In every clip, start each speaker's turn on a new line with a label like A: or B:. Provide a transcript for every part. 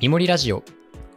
A: イモリラジオ。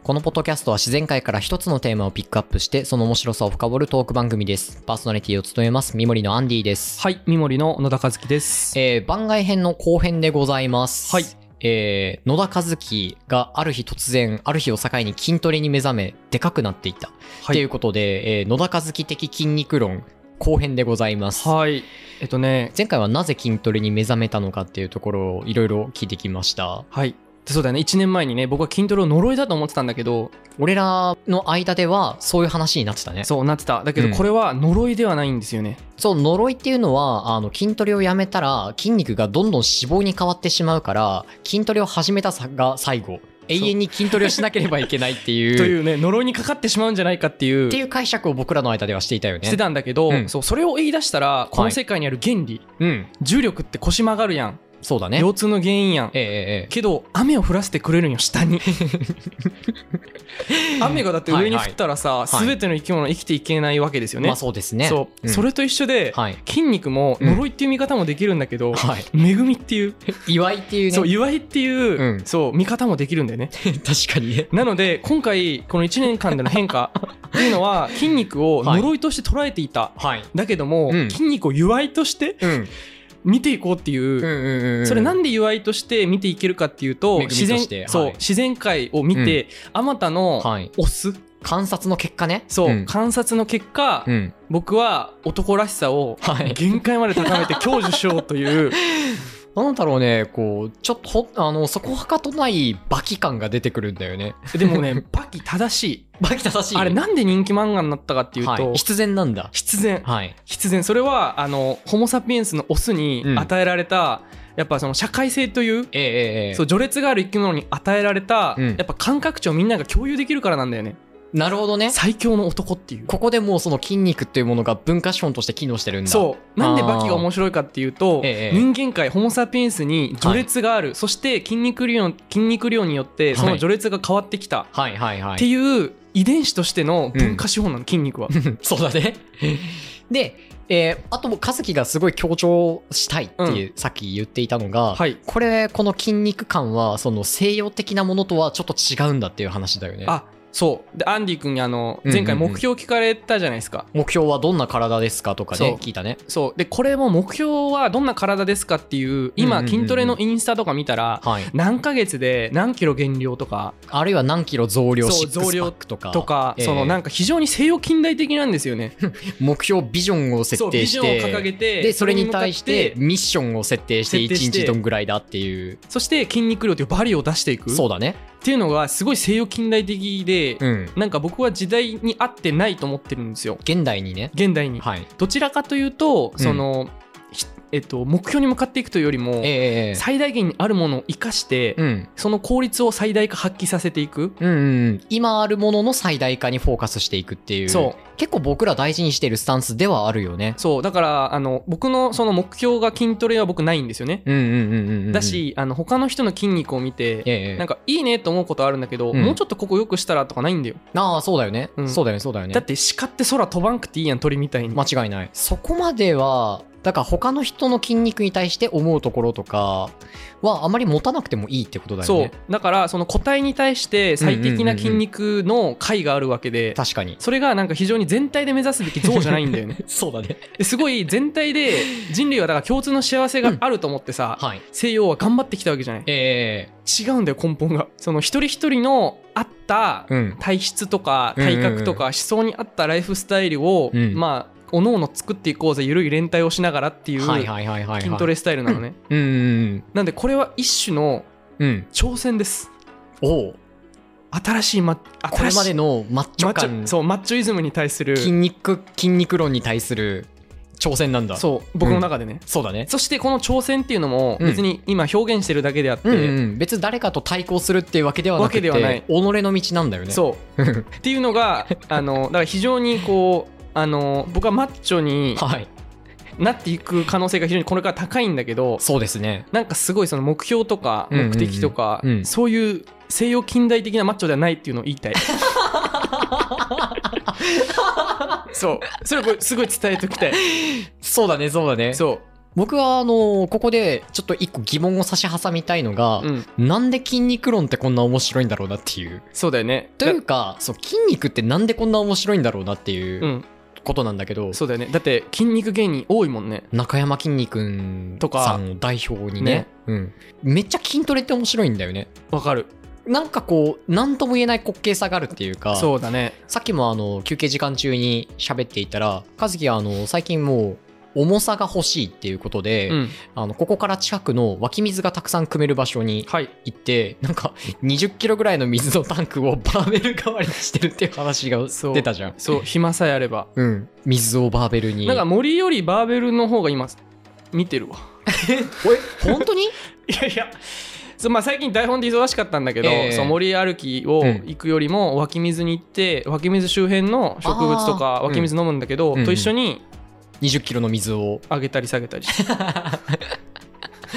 A: このポッドキャストは自然界から一つのテーマをピックアップして、その面白さを深掘るトーク番組です。パーソナリティを務めます、ミモリのアンディです。
B: はい、三森の野田和樹です。
A: えー番外編の後編でございます。
B: はい。
A: えー野田和樹がある日突然、ある日を境に筋トレに目覚め、でかくなっていた。
B: は
A: っていうことで、えー野田和樹的筋肉論、後編でございます。
B: はい、えっとね、
A: 前回はなぜ筋トレに目覚めたのかっていうところをいろいろ聞いてきました。
B: はい、でそうだよね、1年前にね、僕は筋トレを呪いだと思ってたんだけど、
A: 俺らの間ではそういう話になってたね。
B: そうなってた。だけ
A: うん
B: ど、これは呪いではないんですよね。
A: そう、呪いっていうのは、あの、筋トレをやめたら、筋肉がどんどん脂肪に変わってしまうから、筋トレを始めたさが最後。永遠に筋トレをしなければいけないってい う。
B: というね、呪いにかかってしまうんじゃないかっていう、
A: っていう解釈を僕らの間ではしていたよね。
B: してたんだけど、
A: うん
B: そうそれを言い出したら、この世界にある原理、
A: うん。
B: 重力って腰曲がるやん、
A: そうだね。
B: 腰痛の原因やん。
A: えええええ
B: けど雨を降らせてくれるんよ 下に雨がだって上に降ったらさ、
A: はい
B: 全ての生き物は生きていけないわけです
A: え
B: よね、
A: まあそうですね。
B: そう、
A: ん
B: それと一緒で、
A: はい。
B: 筋肉も呪いっていう見方もできるんだけど、
A: はい。
B: 恵みっていう、
A: 祝いっていうね。
B: そう祝いっていう、
A: うん
B: そう見方もできるんだよね
A: 確かにね。
B: なので今回この1年間での変 化っていうのは筋肉を呪いとして捉えていた、
A: はい。
B: だけども、
A: うん
B: 筋肉を祝いとして
A: うん。うん
B: 見ていこうっていう、
A: うんうんうん。
B: それなんんで祝いとして見ていけるかっていうと
A: 恵みと
B: 自然
A: して
B: そう
A: はい
B: 自然界を見てあまたの
A: はい。
B: オス
A: 観察の結果ね。
B: そう、
A: ん
B: 観察の結果、
A: うん。
B: 僕は男らしさを
A: はい
B: 限界まで高めて享受しようという
A: なんだろうね、こう、ちょっとほ、あの、そこはかとないバキ感が出てくるんだよね。
B: でもね バキ正しい
A: バキ正しい。
B: あれなんで人気漫画になったかっていうと、
A: はい、必然なんだ。
B: 必然
A: はい。
B: 必然それはあのホモ・サピエンスのオスに
A: うん
B: 与えられた、やっぱその社会性という
A: ええええええ
B: そう序列がある生き物に与えられた、
A: うん
B: やっぱ感覚値をみんなが共有できるからなんだよね
A: なるほどね。
B: 最強の男っていう
A: ここでもうその筋肉っていうものが文化資本として機能してるんだ。
B: そうなんでバキが面白いかっていうと、
A: ええ
B: 人間界ホモ・サピエンスに序列がある、そして筋肉量筋肉量によってその序列が変わってきた、
A: はいはいは
B: って
A: い。
B: いう遺伝子としての文化資本なの、筋肉は
A: そうだ ね。で、えーあともう和樹がすごい強調したいっていう、さっき言っていたのが、
B: はい
A: これ、この筋肉感は、その西洋的なものとはちょっと違うんだっていう話だよね。
B: あそうでアンディ君にあの
A: うんうんうん
B: 前回目標聞かれたじゃないですか、
A: 目標はどんな体ですかとか
B: そ
A: ね
B: う、
A: 聞いたね。
B: そうでこれも目標はどんな体ですかっていう
A: うんう
B: 今
A: んうんうん
B: 筋トレのインスタとか見たら
A: はい。
B: 何ヶ月で何キロ減量とか
A: あるいは何キロ増量、
B: そう
A: シックスパ
B: 増量
A: ックとか。
B: とか
A: ええ
B: そのなんか非常に西洋近代的なんですよね
A: 目標ビジョンを設
B: そう
A: 定
B: ビ
A: し
B: ジ
A: て
B: ョンを掲げて
A: でそれに対して
B: それ向かっ
A: ミッションを設定して1
B: 設定して
A: 日どんぐらいだっていう
B: そして筋肉量というバリを出していく
A: そう
B: っ
A: だね
B: ていうのがすごい西洋近代的で
A: うん
B: なんか僕は時代に合ってないと思ってるんですよ
A: 現代にね
B: 現代に
A: はい
B: どちらかというと
A: ん
B: その、ひえっと、目標に向かっていくというよりも
A: ええええ
B: 最大限にあるものを生かして、
A: うん
B: その効率を最大化発揮させていく
A: うんうんうん、今あるものの最大化にフォーカスしていくっていう
B: そ
A: 結構僕ら大事にしてるスタンスではあるよね。
B: そうだからあの僕のその目標が筋トレは僕ないんですよね、
A: うんうんうんうんうん、
B: だ、しあの他の人の筋肉を見
A: え
B: て
A: えええ
B: なんかいいねと思うことあるんだけど、
A: うん
B: もうちょっとここ良くしたらとかないんだよ、
A: ああそうだよね、
B: うん
A: そうだよねそうだよね
B: だって鹿って空飛ばんくていいやん鳥みたいに、
A: 間違いないそこまではだから他の人の筋肉に対して思うところとかはあまり持たなくてもいいってことだよ
B: そ
A: ね。
B: うだからその個体に対して最適な筋肉の解があるわけで、
A: 確かに
B: それがなんか非常に全体で目指すべき像じゃないんだ よね
A: そうだね。
B: ですごい全体で人類はだから共通の幸せがあると思ってさ、
A: はい。
B: 西洋は頑張ってきたわけじゃない
A: え
B: 違うんだよ根本がその一人一人のあった
A: えうん。
B: 体質とか体格とか思想に合ったライフスタイルを、
A: うん
B: まあおのおの作っていこうぜ緩い連帯をしながらっていう
A: はい
B: 筋
A: はいはいはい、はい。
B: トレスタイルなのね、
A: うんうん
B: なんでこれは一種の
A: うん。うん。
B: 挑戦です
A: おう
B: 新しい、ま、
A: これまで
B: の
A: のマッチ
B: マ
A: ョ
B: ッチョ
A: 感、
B: そうマッチョイズムに対する
A: 筋肉、筋肉論に対する挑戦なんだ。う。
B: そう僕の中でね、
A: そうだね。
B: そしてこの挑戦っていうのも別に今表現してるだけであって、
A: うんうん、別に誰かと対抗するっていうわけではなくて
B: わけではない
A: 己の道なんだよね う
B: そうっていう のがあのだから非常にこうあの僕はマッチョに
A: はい
B: なっていく可能性が非常にこれから高いんだけど
A: そうですね
B: なんかすごいその目標とか
A: うんうんう
B: 目
A: ん
B: 的とか、
A: うん
B: そういう西洋近代的なマッチョではないっていうのを 言いたい。そうそれをこれすごい伝えときたい
A: そうだねそうだね
B: そう
A: 僕はあのここでちょっと一個疑問を差し挟みたいのが、
B: うん、
A: なんで筋肉論ってこんな面白いんだろうなっていう
B: そうだよね
A: というかそう筋肉ってなんでこんな面白いんだろうなっていううんことなんだけど、
B: そうだよねだって筋肉芸人多いもんね
A: 中山きんに君
B: とか
A: さんを代表にね
B: ね
A: うん、めっちゃ筋トレって面白いんだよね
B: わかる
A: なんかこう何とも言えない滑稽さがあるっていうか
B: そうだね
A: さっきもあの休憩時間中に喋っていたら和樹はあの最近もう重さが欲しいっていうことで、
B: うん
A: あのここから近くの湧き水がたくさん汲める場所に
B: はい
A: 行ってなんか20キロぐらいの水のタンクをバーベル代わりにしてるっていう話が
B: そう
A: 出たじゃん
B: そう暇さえあれば
A: うん、水をバーベルに
B: なんか森よりバーベルの方が今見てるわ
A: え本当に
B: いやいやそうまあ、最近台本で忙しかったんだけど、
A: ええ
B: そう森歩きを行くよりも湧き水に行って湧き水周辺の植物とか
A: あー
B: 湧き水飲むんだけど、
A: うん
B: と一緒に
A: 20キロの水を
B: 上げたり下げたりして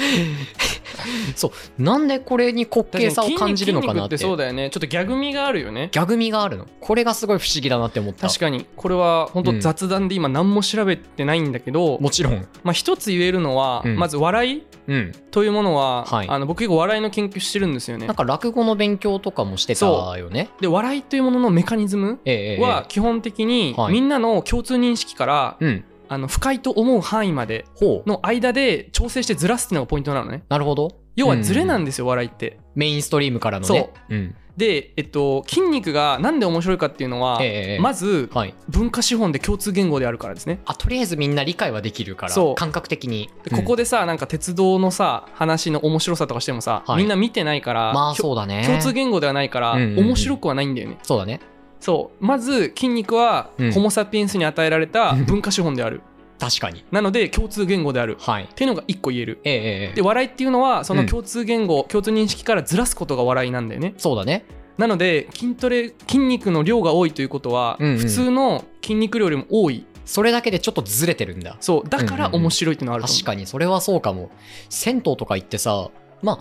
A: なんでこれに滑稽さを感じるのかなって
B: 筋肉筋肉ってそうだよねちょっとギャグ味があるよね
A: ギャグ味があるのこれがすごい不思議だなって思った
B: 確かにこれは本
A: う
B: 当
A: ん
B: 雑談で今何も調べてないんだけど、
A: もちろん
B: まあ、一つ言えるのは、
A: うん
B: まず笑い
A: うん
B: というものは、
A: はい
B: あの僕結構笑いの研究してるんですよね
A: なんか落語の勉強とかもしてたよね
B: で笑いというもののメカニズム
A: ええええ
B: は基本的に
A: はい
B: みんなの共通認識から、
A: うん
B: あの不快と思う範囲まで
A: ほう
B: の間で調整してずらすっていうのがポイントなのね
A: なるほど
B: 要はズレなんんですよ、笑いって
A: メインストリームからのねうん
B: で、えっと、筋肉がなんで面白いかっていうのは、
A: ええええ
B: まず
A: はい
B: 文化資本で共通言語であるからですね
A: あとりあえずみんな理解はできるから
B: そう
A: 感覚的に
B: でこ
A: うん
B: こでさなんか鉄道のさ話の面白さとかしてもさ、
A: はい
B: みんな見てないから、
A: まあ
B: きょ
A: そうだね
B: 共通言語ではないから、
A: うんうんうん
B: 面白くはないんだよね
A: そうだね
B: そうまず筋肉は、
A: うん
B: ホモ・サピエンスに与えられた
A: うん
B: 文化資本である
A: 確かに
B: なので共通言語であるっ
A: はい
B: ていうのが一個言える
A: ええええええ
B: で笑いっていうのはその
A: うん
B: 共通言語、共通認識からずらすことが笑いなんだよね
A: そうだね
B: なので筋トレ筋肉の量が多いということは、
A: うんうん
B: 普通の筋肉量よりも多い
A: それだけでちょっとずれてるんだ
B: そうだから
A: うんうんうん
B: 面白いっていうのはあると思う
A: 確かにそれはそうかも銭湯とか行ってさまあ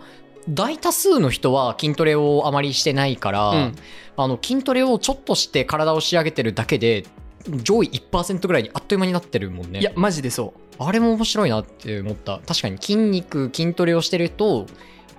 A: 大多数の人は筋トレをあまりしてないから、
B: うん
A: あの筋トレをちょっとして体を仕上げてるだけで上位1%ぐらいにあっという間になってるもんね
B: いやマジでそう
A: あれも面白いなって思った確かに筋肉筋トレをしてると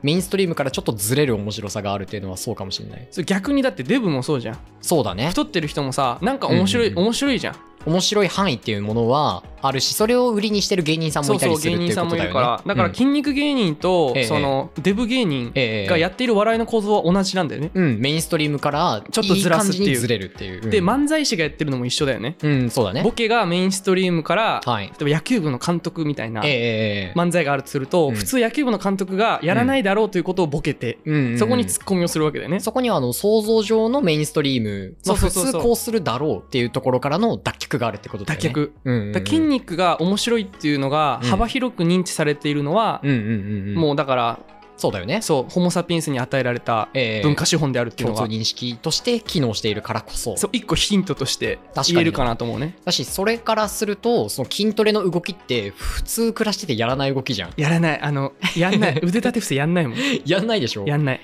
A: メインストリームからちょっとずれる面白さがあるっていうのはそうかもしれない
B: それ逆にだってデブもそうじゃん
A: そうだね
B: 太ってる人もさなんか面白い、
A: うんうんうん
B: 面白いじゃん
A: 面白い範囲っていうものはあるしそれを売りにしてる芸人さんも
B: そ
A: いうた
B: そ
A: り
B: う
A: する
B: 芸
A: ってい
B: 人
A: う
B: さ
A: こ
B: んも
A: と
B: い
A: だよね
B: るから、だから筋肉芸人と、
A: ええ
B: そのデブ芸人がや
A: っ
B: っている笑いの構造は同じなんだよね、
A: うん、メインストリームから
B: ちょっとずらすっていう
A: いい感じにずれるっていう、うん
B: で漫才師がやってるのも一緒だよね
A: うんそうだね
B: ボケがメインストリームから、
A: はい
B: 例えば野球部の監督みたいな
A: ええええ
B: 漫才があるとすると、
A: うん
B: 普通野球部の監督がやらないだろうということをボケて、
A: うんうんうん
B: そこにツッコミをするわけだよね、
A: そこにはあの想像上のメインストリーム、まあ、
B: そ
A: 普
B: うそうそ
A: 通
B: うそう
A: こうするだろうっていうところからの脱却があるってことだよ
B: 脱
A: ね
B: 却、
A: うんうんうん、
B: だから筋肉が面白いっていうのが
A: うん
B: 幅広く認知されているのは、
A: うんうんうんうん
B: もうだから
A: そうだよね
B: そうホモ・サピエンスに与えられた
A: ええ
B: 文化資本であるっていう
A: 共
B: の
A: 通
B: が
A: 認識として機能しているからこそ
B: そう一個ヒントとして
A: 確かに
B: 言えるかなと思うね
A: だしそれからするとその筋トレの動きって普通暮らしててやらない動きじゃん
B: やらないあのやんな い腕立て伏せやんないもん
A: やんないでしょ
B: やんない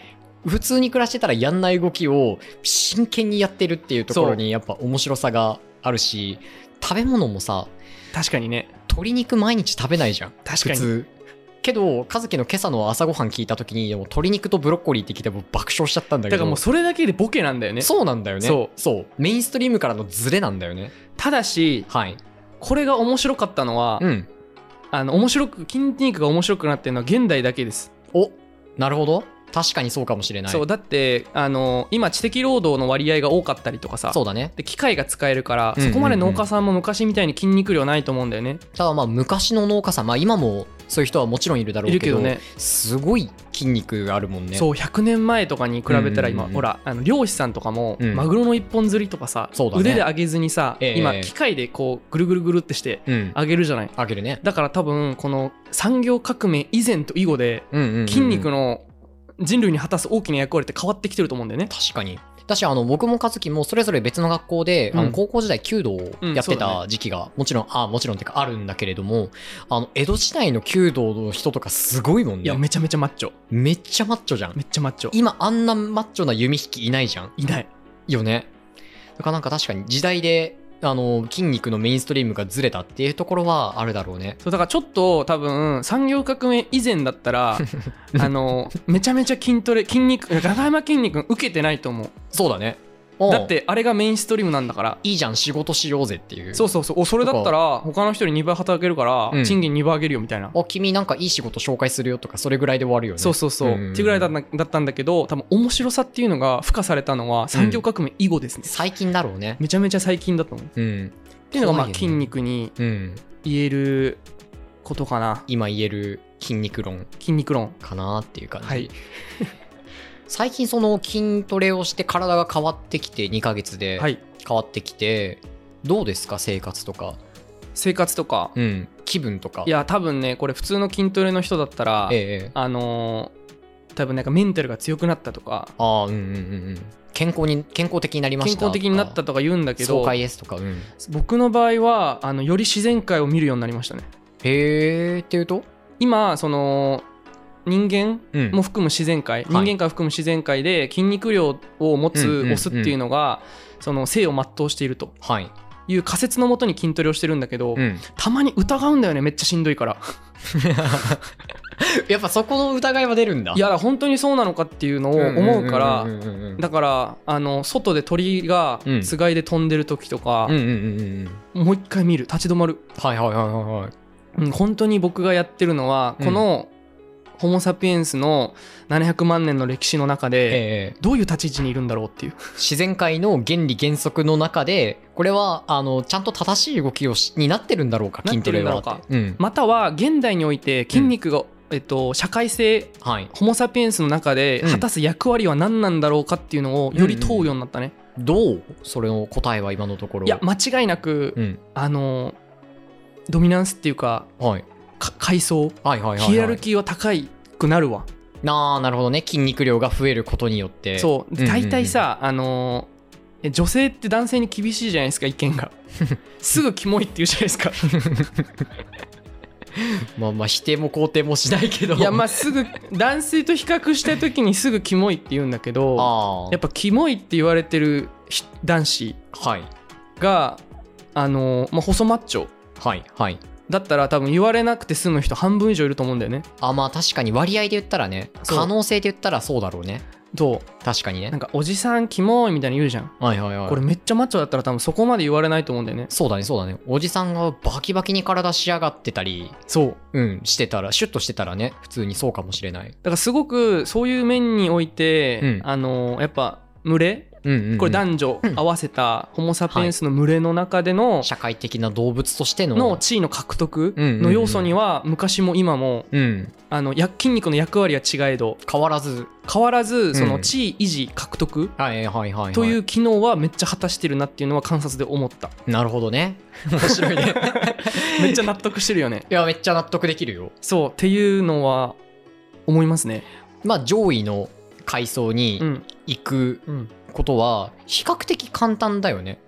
A: 普通に暮らしてたらやんない動きを真剣にやってるっていうところにやっぱ面白さがあるし食べ物もさ
B: 確かにね
A: 鶏肉毎日食べないじゃん
B: 確
A: 普
B: かに
A: 通けど和樹の今朝の朝ごはん聞いた時にもう鶏肉とブロッコリーって聞いてもう爆笑しちゃったんだ
B: だ
A: け
B: か
A: ど
B: らもうそれだけでボケなんだよね
A: そうなんだよね
B: そう
A: メインストリームからのズレなんだよね
B: ただし
A: はい
B: これが面白かったのは、
A: うん
B: あの面白く筋肉が面白くなってるのは現代だけです、
A: おなるほど確かにそうかもしれない
B: そうだってあの今知的労働の割合が多かったりとかさ
A: そうだね
B: で機械が使えるから、
A: うんうんうん
B: そこまで農家さんも昔みたいに筋肉量ないと思うんだよね、
A: ただまあ昔の農家さんまあ今もそういう人はもちろんいるだろ
B: いうる
A: け
B: け
A: ど
B: どね
A: すごい筋肉があるもんね
B: そう100年前とかに比べたら
A: うんうん
B: 今、
A: うん
B: ほらあの漁師さんとかも、
A: うん
B: マグロの一本釣りとかさ、
A: そうだね
B: 腕で上げずにさ、
A: ええ
B: 今機械でこうぐるぐるぐるってして
A: うん
B: 上げるじゃない
A: あげるね
B: だから多分この産業革命以前と以後で
A: うんうんうんうん
B: 筋肉の人類に果たす大きな役割って変わってきてると思うんだよね、
A: 確かにだしあの僕も和樹もそれぞれ別の学校で、あ
B: う
A: の
B: ん
A: 高校時代弓道をやっ
B: う
A: て
B: んそうだ
A: た時期がもちろんあもちろんっていうかあるんだけれどもあの江戸時代の弓道の人とかすごいもん
B: いや
A: ね
B: めちゃめちゃマッチョ
A: めっちゃマッチョじゃん
B: めっちゃマッチョ
A: 今あんなマッチョな弓引きいないじゃん
B: いない
A: よねだからなんか確かに時代であの筋肉のメインストリームがずれたっていうところはあるだろうね
B: そうだからちょっと多分産業革命以前だっ たらあのめちゃめちゃ筋トレ筋肉長山筋肉受けてないと思う
A: そうだね
B: だってあれがメインストリームなんだから
A: いいじゃん仕事しようぜっていう
B: そうそうそうおそれだったら他の人に2倍働けるから
A: うん
B: 賃金2倍上げるよみたいな、
A: お君なんかいい仕事紹介するよとかそれぐらいで終わるよね
B: そうそうそう、
A: うん
B: ってぐらいだっただったんだけど多分面白さっていうのが付加されたのは産業革命以後ですね、
A: 最近だろうね
B: めちゃめちゃ最近だと思うっ
A: うん
B: ていうのがま
A: 怖
B: あ
A: いよね
B: 筋肉に
A: うん
B: 言えることかな
A: 今言える筋肉論
B: 筋肉論
A: かなっていう感じ、
B: はい
A: 最近その筋トレをして体が変わってきて2ヶ月で
B: はい
A: 変わってきて、どうですか生活とか、
B: 生活とか
A: うん、気分とか
B: いや多分ねこれ普通の筋トレの人だったら、
A: ええええ
B: あのー多分なんかメンタルが強くなったとか
A: ああうんうんうんうん健康に健康的になりまし
B: 健
A: た
B: 康的になったとか言うんだけ
A: 爽
B: ど
A: 快ですとか、うん、
B: 僕の場合はあのより自然界を見るようになりましたね
A: へえっていうと、
B: 今その人間
A: うん
B: も含む自然界、
A: い
B: 人間界含む自然界で筋肉量を持
A: うん
B: つ
A: うんうん
B: オスっていうのが、その性を全うしていると
A: はい、
B: いう仮説のもとに筋トレをしてるんだけど、
A: うん、
B: たまに疑うんだよねめっちゃしんどいから
A: やっぱそこの疑いは出るんだ
B: いや本当にそうなのかっていうのを思うから、
A: んうんうんうん
B: だからあの外で鳥が
A: うん
B: つがいで飛んでる時とか
A: うん、うんうんうん
B: もう一回見る立ち止まる、
A: はいはいはいはいはい
B: うん、本当に僕がやってるのは、
A: うん
B: このホモ・サピエンスの700万年の歴史の中で、
A: ええ
B: どういう立ち位置にいるんだろうっていう
A: 自然界の原理原則の中でこれはあのちゃんと正しい動きをしになってるんだろうか
B: なってる
A: 筋トレ
B: んだ
A: は
B: ろうか
A: ってうん
B: または現代において筋肉が、えっと、社会性
A: はい、
B: ホモ・サピエンスの中で
A: うん
B: 果たす役割は何なんだろうかっていうのをより問うようになったね、
A: どうそれの答えは今のところ
B: いや間違いなく、
A: うん
B: あのドミナンスっていうか
A: はい、
B: か階層
A: はいはいはいはい
B: ヒエラルキーは高いくなるわ、
A: なあなるほどね筋肉量が増えることによって
B: そう
A: うんうんうん
B: 大体さ、あのーえ女性って男性に厳しいじゃないですか意見 がすぐキモいって言うじゃないですか
A: まあまあ否定も肯定もしないけど
B: いやまあすぐ男性と比較した時にすぐキモいって言うんだけど
A: ああ
B: やっぱキモいって言われてるひ男子
A: はい
B: があのーまあ、細マッチョ
A: はいはい
B: だったら多分言われなくて済む人半分以上いると思うんだよね
A: あまあ確かに割合で言ったらね
B: そう
A: 可能性で言ったらそうだろうね
B: と
A: 確かにね
B: なんかおじさんキモいみたいに言うじゃん
A: はいはいはい
B: これめっちゃマッチョだったら多分そこまで言われないと思うんだよね
A: そうだねそうだねおじさんがバキバキに体しやがってたり
B: そう
A: うんしてたらシュッとしてたらね普通にそうかもしれない、
B: だからすごくそういう面において、
A: うん
B: あのやっぱ群れ
A: うんうんうん
B: これ男女合わせたホモ・サピエンスの群れの中での,、
A: 社会的な動物としての
B: の地位の獲得
A: うんうんうん
B: の要素には昔も今も
A: うん、
B: あのや筋肉の役割は違えど
A: 変わらず
B: 変わらずそうの
A: ん
B: 地位維持獲得
A: はいはいはい、はい、
B: という機能はめっちゃ果たしてるなっていうのは観察で思 った
A: なるほどね面白い ね
B: めっちゃ納得してるよね
A: いやめっちゃ納得できるよ
B: そうっていうのは思いますね
A: まあ上位の階層
B: う
A: に
B: ん
A: 行く
B: うん
A: ことは比較的簡単だよね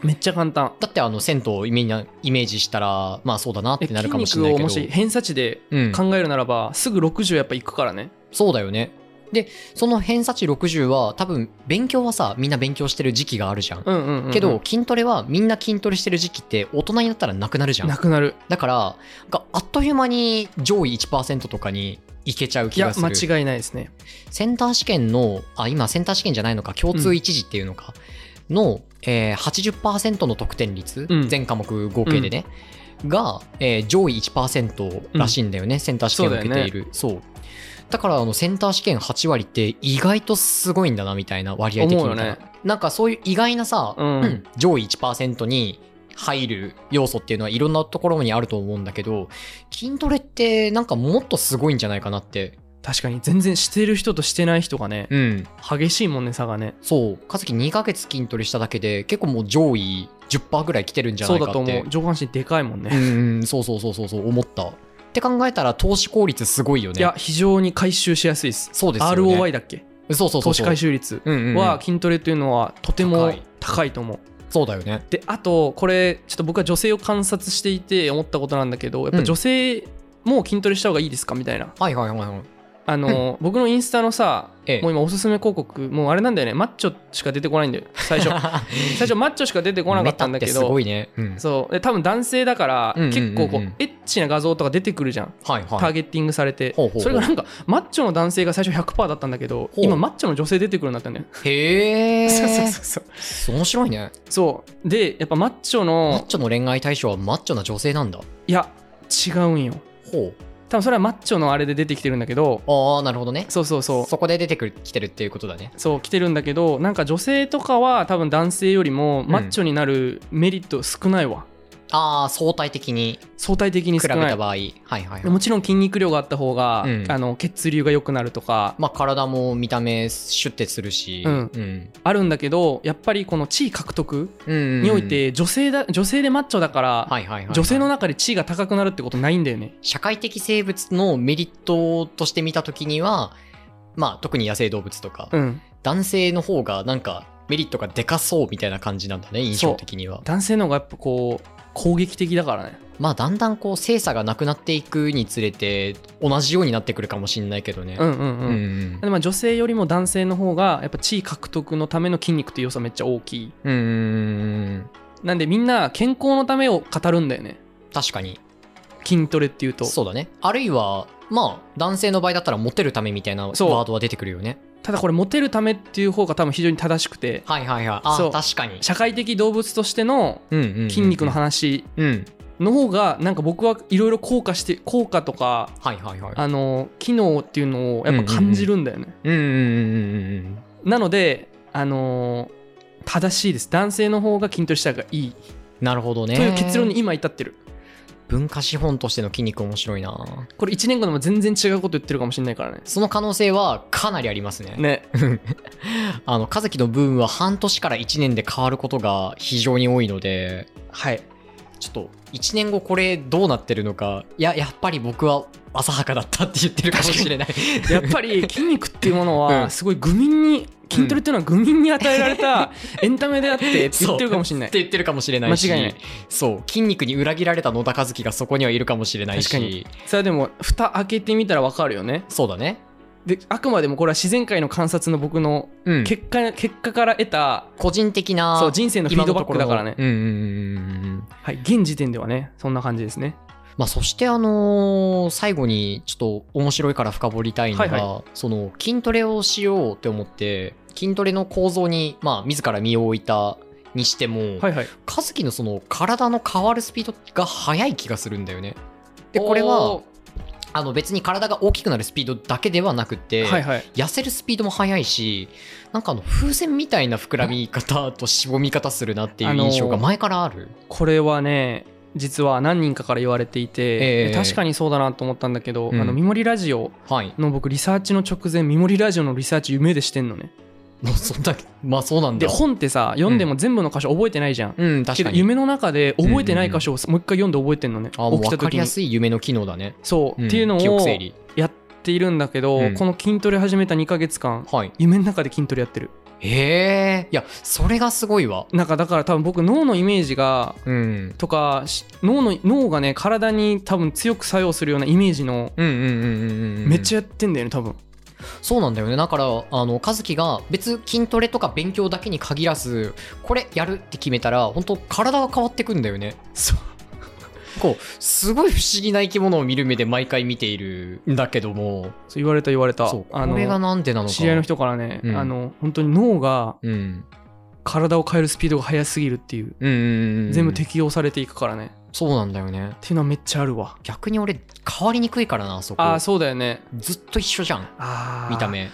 B: めっちゃ簡単
A: だってあの銭湯をイメージイメージしたらまあそうだなっ
B: え
A: てな
B: 筋
A: るかもしれ
B: 肉
A: ない
B: を
A: けど
B: もし偏差値で
A: うん、
B: 考えるならばすぐ60やっぱいくからね
A: そうだよねでその偏差値60は多分勉強はさみんな勉強してる時期があるじゃん、
B: うんうんうんうん
A: けど筋トレはみんな筋トレしてる時期って大人になったらなくなるじゃん
B: なくなる
A: だからがあっという間に上位1%とかに行けちゃう
B: い
A: 気
B: や
A: がする
B: 間違いないですね
A: センター試験のあ今センター試験じゃないのか共通一次っていうのか、の、えー、80%の得点率、
B: うん
A: 全科目合計でね、が、えー上位1%らしいんだよね、センター試験を受けているそうだ,、からあのセンター試験8割って意外とすごいんだなみたいな割合的
B: 思う
A: に
B: よ
A: 見たら
B: ね
A: なんかそういう意外なさ、
B: うん
A: うん上位1%に入る要素っていうのはいろんなところにあると思うんだけど筋トレってなんかもっとすごいんじゃないかなって
B: 確かに全然してる人としてない人がね
A: うん
B: 激しいもんね差がね
A: そう、かずき2ヶ月筋トレしただけで、結構もう上位10%ぐらい来てるんじゃ
B: そ
A: ないうか
B: だと
A: っ
B: 思
A: て
B: う。上半身でかいもん
A: う
B: ね
A: んうん、そうそうそうそうそう、思った。って考えたら、投資効率すごいよね。
B: いや非常に回収しやすいです
A: そうですよね。
B: ROI だっけ
A: そうそうそうそう。
B: 投資回収率
A: うんうんうん
B: は筋トレというのはとても
A: 高い
B: 高いと思う
A: そうだよね。
B: であとこれちょっと僕は女性を観察していて思ったことなんだけどやっぱ女性も筋トレした方がいいですかみたいな
A: はいはいはいはい。
B: あの僕のインスタのさ
A: ええ
B: もう今おすすめ広告もうあれなんだよねマッチョしか出てこないんだよ最 初最初マッチョしか出てこなかったんだけ
A: メタってす
B: ど
A: ごいね。うん、
B: そうで多分男性だから
A: うんうんうんうん
B: 結構こうエッチな画像とか出てくるじゃん
A: はい
B: タ
A: は
B: ー
A: い。
B: ゲッティングされて
A: ほうほうほう
B: それがなんかマッチョの男性が最初100%だったんだけど
A: ほう
B: 今マッチョの女性出てくるようになったんだよ
A: へえ。
B: そうそうそうそう
A: 面白いね。
B: そうでやっぱマッチョ
A: マッ
B: の
A: チョの恋愛対象はマッチョな女性なんだ。
B: いや違うんよ
A: ほ
B: 多分それはマッチョのあれで出てきてるんだけど
A: う。ああ、なるほどね。
B: そうそうそう
A: そこで出てくるきてるっていうことだね。
B: そう来てるんだけどなんか女性とかは多分男性よりも
A: ん
B: マッチョになるメリット少ないわ、
A: ああ、相対的に
B: 相対的に
A: 比
B: 少
A: べ
B: な
A: た
B: い
A: 場合。はいはいはい。
B: もちろん筋肉量があった方が、
A: うん
B: あの血流が良くなるとか
A: まあ、体も見た目シュッてするし、
B: うん
A: うん
B: あるんだけどやっぱりこの地位獲得
A: うん
B: におい、て女性だ女性でマッチョだから、
A: はいはいはいはい
B: 女性の中で地位が高くなるってことないんだよね
A: 社会的生物のメリットとして見た時には、まあ、特に野生動物とか、
B: うん
A: 男性の方がなんかメリットがでかそうみたいな感じなんだね印象的には
B: 男性の方がやっぱこう攻撃的だからね
A: まあだんだんこう精査がなくなっていくにつれて同じようになってくるかもしれないけどね
B: うんうんうん、
A: うんうん
B: でまあ女性よりも男性の方がやっぱ地位獲得のための筋肉っていう良さめっちゃ大きい
A: うんうん
B: なんでみんな健康のためを語るんだよね
A: 確かに
B: 筋トレっていうと
A: そうだねあるいはまあ男性の場合だったらモテるためみたいなワ
B: そう
A: ードは出てくるよね
B: ただこれモテるためっていう方が多分非常に正しくて
A: はいはいはいあ
B: そう
A: 確かに
B: 社会的動物としての
A: うんうんうん
B: 筋肉の話
A: うん
B: の方がなんか僕はいろいろ効果して効果とか
A: はいはいはい
B: あの機能っていうのをやっぱ感じるんだよね、
A: うんうんうんうんうん
B: なのであのー正しいです男性の方が筋トレした方がいい
A: なるほどね
B: という結論に今至ってる
A: 文化資本としての筋肉面白いな
B: これ1年後でも全然違うこと言ってるかもしれないからね
A: その可能性はかなりあり ますね
B: ね
A: あの、和樹のブームは半年から1年で変わることが非常に多いので、
B: はい
A: ちょっと1年後これどうなってるのか、いや、やっぱり僕は浅はかだったって言ってるかもしれない。
B: やっぱ り筋肉っていうもの
A: うん
B: はすごい愚民に筋トレっていうのは愚民に与えられたエンタメで あってって言ってるかもしれな
A: っ
B: い
A: て言ってるかもしれないし、
B: 間違いない
A: そう、筋肉に裏切られた野田和樹がそこにはいるかもしれないし、
B: 確かにさあでも蓋開けてみたらわかるよね
A: そうだね。
B: であくまでもこれは自然界の観察の僕の
A: うん
B: 結果,、結果から得た
A: 個人的な、
B: そう人生のフィードバックだから
A: 今のと
B: ね
A: ころのうんうんうんうんうん。
B: はい現時点ではねそんな感じですね
A: まあ、そして、あのー最後にちょっと面白いから深掘りたいのが、
B: はい
A: その筋トレをしようって思って筋トレの構造に、まあ、自ら身を置いたにしても、
B: はいはい
A: 和樹のその体の変わるスピードが速い気がするんだよね。でこれは
B: お
A: あの別に体が大きくなるスピードだけではなくて、
B: ーはいはい
A: 痩せるスピードも速いしなんかあの風船みたいな膨らみ方としぼみ方するなっていう印象が前からある。
B: これはね実は何人かから言われていて、
A: ええ
B: 確かにそうだなと思ったんだけど、
A: うん
B: あのミモリラジオ
A: はい、
B: の僕リサーチの直前ミモリラジオのリサーチ夢でしてんのね
A: もうそんなまあそうなん
B: で
A: だ。
B: 本ってさ読んでも全部の箇所覚えてないじゃん、
A: うん、確
B: け
A: か
B: ど
A: に
B: 夢の中で覚えてない箇所をもう一回読んで覚えてんのね、
A: あもう
B: 起き
A: 分
B: た
A: か
B: 時
A: り
B: に
A: やすい夢の機能だね。
B: そう、っていうの
A: ん記憶
B: を
A: 整理。
B: やっているんだけど、
A: うん
B: この筋トレ始めた2ヶ月間
A: はい。
B: 夢の中で筋トレやってる
A: へえ。いや、それがすごいわ。
B: なんかだから多分僕脳のイメージが
A: うん。
B: とかし脳の脳がね体に多分強く作用するようなイメージの
A: うんうんうんうんうんうん。
B: めっち
A: ゃ
B: ゃやってんだよね多分
A: そうなんだよねだからあの和樹が別筋トレとか勉強だけに限らずこれやるって決めたら本当体が変わってくんだよね
B: そう
A: こうすごい不思議な生き物を見る目で毎回見ているんだけども
B: そう言われた言われた
A: そう
B: あ
A: これが
B: の
A: なんでなのか
B: 知り合いの人からね、
A: うん
B: あの本当に脳が
A: うん
B: 体を変えるスピードが速すぎるっていう
A: うんうんうんうん
B: 全部適用されていくからね、っ
A: そうなんだよね
B: ていうのはめっちゃあるわ
A: 逆に俺変わりにくいからなあそこ
B: ああそうだよね
A: ずっと一緒じゃん
B: あー
A: 見た目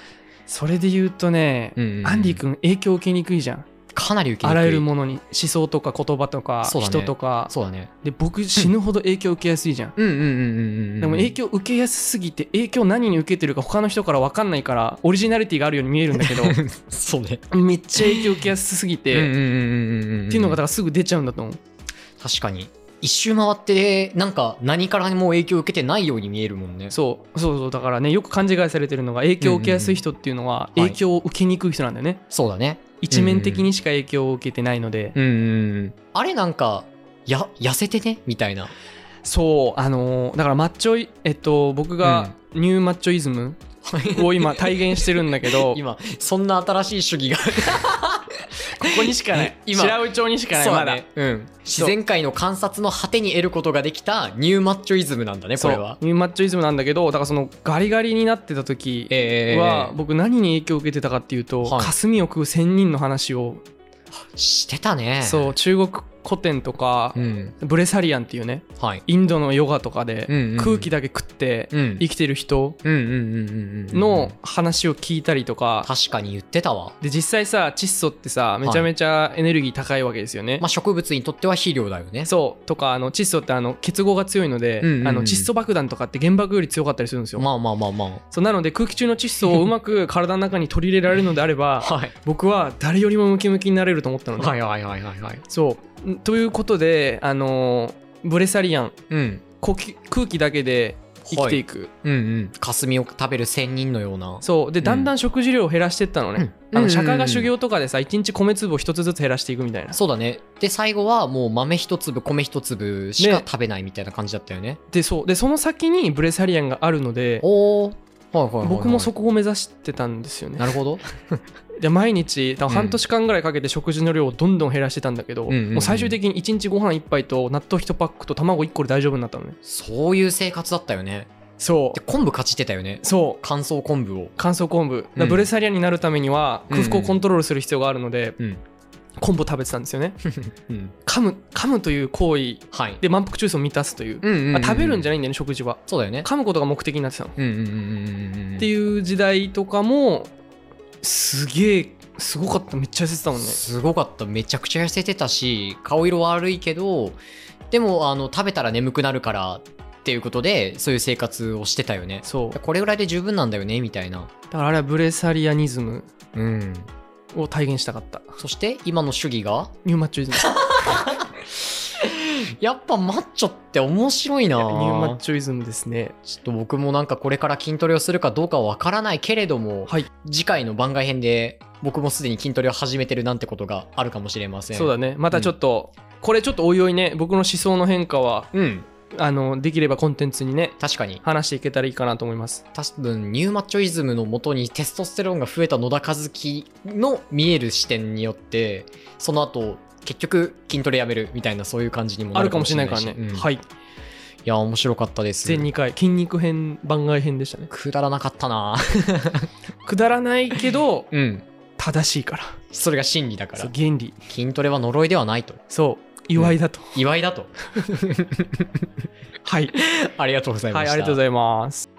B: それで言うとね、
A: うんうんうん
B: アンディ君影響受けにくいじゃん
A: かなり受けにくい
B: あらゆるものに思想とか言葉とか
A: そうだね
B: 人とか、
A: そうだね
B: で僕死ぬほど影響受けやすいじゃん、
A: うんうんうんうんうんうん
B: でも 影響受けやすすぎて影響何に受けてるか他の人から分かんないからオリジナリティがあるように見えるんだけ ど
A: そうね
B: めっちゃ影響受けやすすぎて、っ
A: って
B: いうのがだからすぐ出ちゃうんだと思う
A: 確かに一周回ってなんか何からも影響を受けてないように見えるもんね
B: そうそうそうだからねよく勘違いされてるのが影響を受けやすい人っていうのは
A: うんうんうん
B: 影響を受けにくい人なんだよね、
A: そうだね
B: 一面的にしか影響を受けてないので、
A: うんうんうんあれなんかや痩せてねみたいな
B: そうあのーだからマッチョいえっと僕がニューマッチョイズムを今体現してるんだけ ど
A: 今そんな新しい主義が
B: ここにしか ない
A: 今
B: 白内町にしかない
A: そう
B: ま
A: だ
B: だ
A: ねうん、自然界の観察の果てに得ることができたニューマッチョイズムなんだねこ
B: そう
A: れは。
B: ニューマッチョイズムなんだけどだからそのガリガリになってた時
A: え
B: は僕何に影響を受けてたかっていうと
A: はい
B: 霞を食う仙人の話を
A: してたね。
B: そう中国古典とか
A: うん
B: ブレサリアンっていうね
A: はい
B: インドのヨガとかで
A: うんうんうん
B: 空気だけ食って
A: うん
B: 生きてる人
A: うんうんうんうんうん
B: の話を聞いたりとか
A: 確かに言ってたわ。
B: で実際さ窒素ってさめちゃめちゃエネルギー高いわけですよね
A: まあ、植物にとっては肥料だよね。
B: そうとかあの窒素ってあの結合が強いので、
A: うんうんうん
B: あの窒素爆弾とかって原爆より強かったりするんですよ、
A: まあまあまあま
B: そうなので空気中の窒素をうまく体の中に取り入れられるのであれ
A: あ。
B: ば
A: はい。
B: 僕は誰よりもムキムキになれると思ったので、
A: はいはいはいはいはい。
B: そうんということであのーブレサリアン
A: うん。
B: 呼吸空気だけで生きていく、
A: うんうん。霞を食べる仙人のような。
B: そうで
A: ん
B: だんだん食事量を減らしてったのね、
A: うんう
B: あ
A: んうんうん
B: の釈迦が修行とかでさ1日米粒を1つずつ減らしていくみたいな
A: そうだね。で、最後はもう豆一粒、米一粒しか食べないみたいな感じだったよね。
B: でそうでその先にブレサリアンがあるので
A: おお。はいはいはいはい。
B: 僕もそ
A: こ。
B: こを目指してたんですよね
A: なるほど。
B: で毎日多分
A: うん
B: 半年間ぐらいかけて食事の量をどんどん減らしてたんだけど、
A: うんうんうん
B: もう最終的に1日ご飯一杯と納豆1パックと卵1個で大丈夫になったのね
A: そういう生活だったよね。
B: そ
A: で、昆布かじってたよね
B: う。そう
A: 乾燥昆布を。
B: 乾燥昆布だからブレサリアンになるためには
A: うん
B: 空腹をコントロールする必要があるので、
A: うん
B: 昆布を食べてたんですよね
A: うん。
B: 噛む噛むという行為
A: はい。
B: で満腹中枢を満たすという、
A: うんうんうんう
B: ま
A: ん
B: あ食べるんじゃないんだよね食事は
A: そうだよね。
B: 噛むことが目的になってたの、
A: うんうんうんうんうんうん。
B: っていう時代とかもすげえすごかっためっちゃ痩せてたもんね
A: すごかっためちゃくちゃ痩せてたし顔色悪いけどでもあの食べたら眠くなるからっていうことでそういう生活をしてたよね
B: そうだ
A: これぐらいで十分なんだよねみたいな
B: からあれはブレサリアニズム
A: うん
B: を体現したかった
A: そして今の主義が
B: ニューマッチョイズムい
A: やっぱマッチョって面白いな
B: やニューマッチョイズムですね
A: ちょっと僕もなんかこれから筋トレをするかどうかはわからないけれども、
B: はい
A: 次回の番外編で僕もすでに筋トレを始めてるなんてことがあるかもしれません
B: そうだねまたちょっと、これちょっとおいおいね僕の思想の変化は
A: うん
B: あのできればコンテンツにね
A: 確かに
B: 話していけたらいいかなと思います
A: 多分ニューマッチョイズムのもとにテストステロンが増えた野田和樹の見える視点によってその後結局筋トレやめるみたいなそういう感じにもな
B: ある
A: る
B: か
A: か
B: も
A: も
B: し
A: し
B: れ
A: れ
B: ない
A: な
B: か
A: い
B: ら
A: し
B: ね
A: うん
B: はい
A: いや面白かったです
B: 全2回筋肉編番外編でしたね
A: くだらなかったな
B: くだらないけど
A: うん
B: 正しいから
A: それが真理だか
B: そう
A: ら
B: 原理
A: 筋トレは呪いではないと
B: そう祝いだと、
A: 祝いだと
B: はい
A: ありがとうござい
B: は
A: ま
B: い
A: し
B: あ
A: た、
B: りがとうございます